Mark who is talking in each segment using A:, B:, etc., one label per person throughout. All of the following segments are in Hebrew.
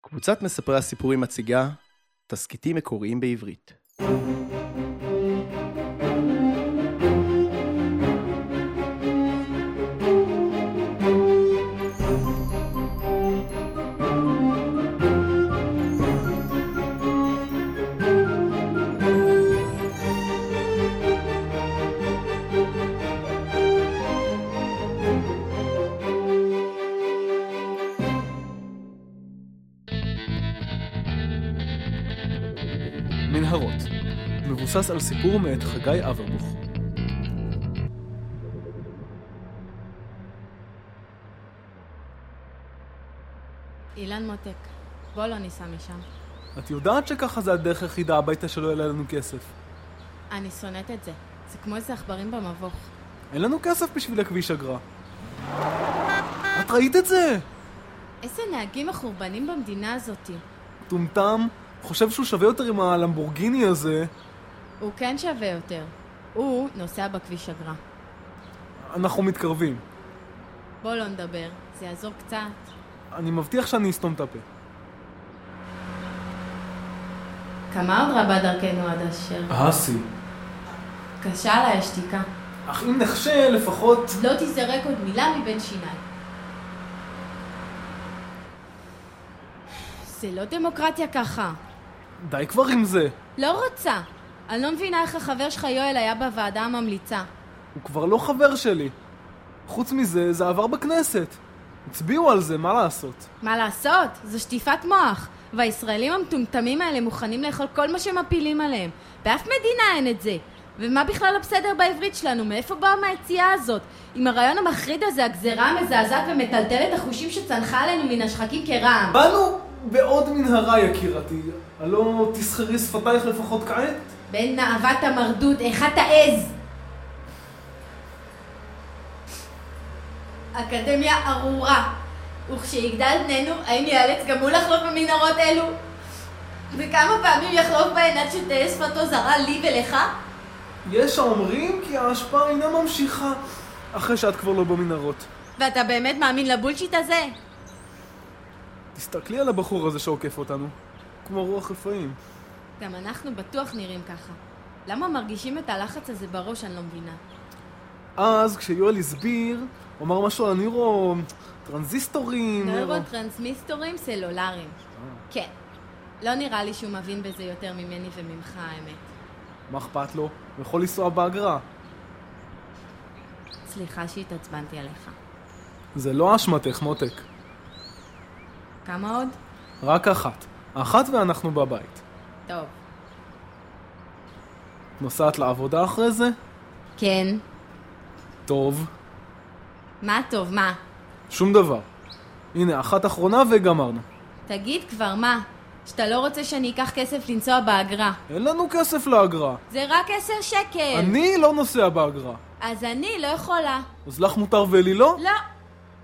A: קבוצת מספרי הסיפורים מציגה תסכיתים מקוריים בעברית.
B: מנהרות, מבוסס על סיפור מאת חגי אברבוך.
C: אילן מותק, בוא לא ניסע משם.
B: את יודעת שככה זה הדרך היחידה הביתה שלא יעלה לנו כסף.
C: אני שונאת את זה. זה כמו איזה עכברים במבוך.
B: אין לנו כסף בשביל הכביש אגרה. את ראית את זה?
C: איזה נהגים מחורבנים במדינה הזאתי.
B: טומטם, חושב שהוא שווה יותר עם הלמבורגיני הזה.
C: הוא כן שווה יותר. הוא נוסע בכביש אגרה.
B: אנחנו מתקרבים.
C: בוא לא נדבר, זה יעזור קצת.
B: אני מבטיח שאני אסתום את הפה.
C: כמה עוד רבה דרכנו עד אשר?
B: אהסי.
C: קשה עליי השתיקה.
B: אך אם נחשה לפחות...
C: לא תיזרק עוד מילה מבין שיניי. זה לא דמוקרטיה ככה.
B: די כבר עם זה.
C: לא רוצה. אני לא מבינה איך החבר שלך יואל היה בוועדה הממליצה.
B: הוא כבר לא חבר שלי. חוץ מזה, זה עבר בכנסת. הצביעו על זה, מה לעשות?
C: מה לעשות? זו שטיפת מוח. והישראלים המטומטמים האלה מוכנים לאכול כל מה שמפילים עליהם. באף מדינה אין את זה. ומה בכלל לא בסדר בעברית שלנו? מאיפה באה מהיציאה הזאת? עם הרעיון המחריד הזה, הגזרה המזעזעת ומטלטלת החושים שצנחה עלינו מן השחקים כרעם.
B: באנו בעוד מנהרה, יקירתי. הלא תסחרי שפתייך לפחות כעת?
C: בין נאוות המרדות, איכה תעז! אקדמיה ארורה, וכשיגדל בננו, האם ייאלץ גם הוא לחלוף במנהרות אלו? וכמה פעמים יחלוף בהן עד שתהא שפתו זרה לי ולך?
B: יש האומרים כי ההשפעה אינה ממשיכה אחרי שאת כבר לא במנהרות.
C: ואתה באמת מאמין לבולשיט הזה?
B: תסתכלי על הבחור הזה שעוקף אותנו, כמו רוח רפאים.
C: גם אנחנו בטוח נראים ככה. למה מרגישים את הלחץ הזה בראש, אני לא מבינה.
B: אז כשיואל הסביר, הוא אמר משהו על הנירו...
C: לא
B: טרנזיסטורים...
C: נוירוטרנסמיסטורים סלולריים. כן. לא נראה לי שהוא מבין בזה יותר ממני וממך, האמת.
B: מה אכפת לו? הוא יכול לנסוע באגרה.
C: סליחה שהתעצבנתי עליך.
B: זה לא אשמתך, מותק.
C: כמה עוד?
B: רק אחת. אחת ואנחנו בבית.
C: טוב.
B: נוסעת לעבודה אחרי זה?
C: כן.
B: טוב.
C: מה טוב, מה?
B: שום דבר. הנה, אחת אחרונה וגמרנו.
C: תגיד כבר, מה? שאתה לא רוצה שאני אקח כסף לנסוע באגרה.
B: אין לנו כסף לאגרה.
C: זה רק עשר שקל.
B: אני לא נוסע באגרה.
C: אז אני לא יכולה.
B: אז לך מותר ולי לא?
C: לא.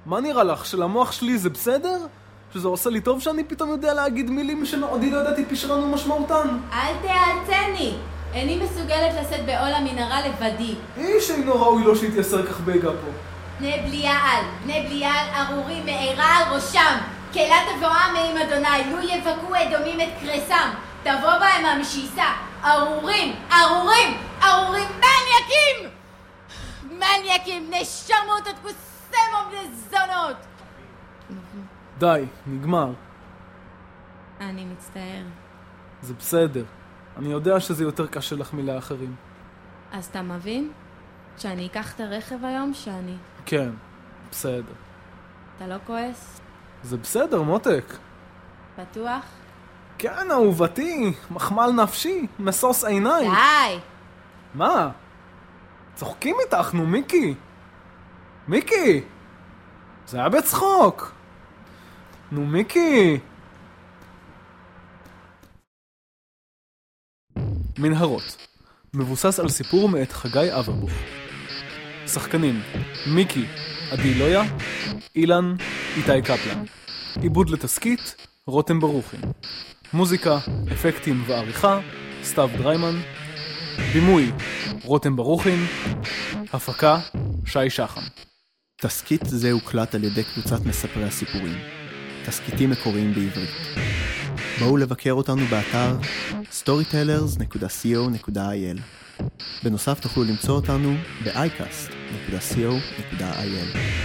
B: מה נראה לך, שלמוח שלי זה בסדר? שזה עושה לי טוב שאני פתאום יודע להגיד מילים שמעודי לא ידעתי פשרן ומשמעותן?
C: אל תיאלצני. איני מסוגלת לשאת בעול המנהרה לבדי.
B: איש אינו ראוי לו שיתייסר כך בגע פה.
C: בני בליעל, בני בליעל ארורים מארה על ראשם. כלה תבואה מעם אדוני, לו יבקעו אדומים את קרסם. תבוא בהם המשיסה. ארורים, ארורים, ארורים, מניאקים! מניאקים, נשמות עד כוסם ובני זונות!
B: די, נגמר.
C: אני מצטער.
B: זה בסדר. אני יודע שזה יותר קשה לך מלאחרים.
C: אז אתה מבין? שאני אקח את הרכב היום, שאני...
B: כן, בסדר.
C: אתה לא כועס?
B: זה בסדר, מותק.
C: בטוח?
B: כן, אהובתי, מחמל נפשי, משוש עיניים.
C: די!
B: מה? צוחקים איתך, נו, מיקי. מיקי! זה היה בצחוק. נו, מיקי! מנהרות מבוסס על סיפור מאת חגי אברבוך. שחקנים מיקי, עדי לויה, אילן, איתי קפלן. עיבוד לתסכית, רותם ברוכי. מוזיקה, אפקטים ועריכה, סתיו דריימן. בימוי, רותם ברוכין. הפקה, שי שחם.
A: תסכית זה הוקלט על ידי קבוצת מספרי הסיפורים. תסכיתים מקוריים בעברית. בואו לבקר אותנו באתר storytellers.co.il. בנוסף תוכלו למצוא אותנו ב-iCast.co.il.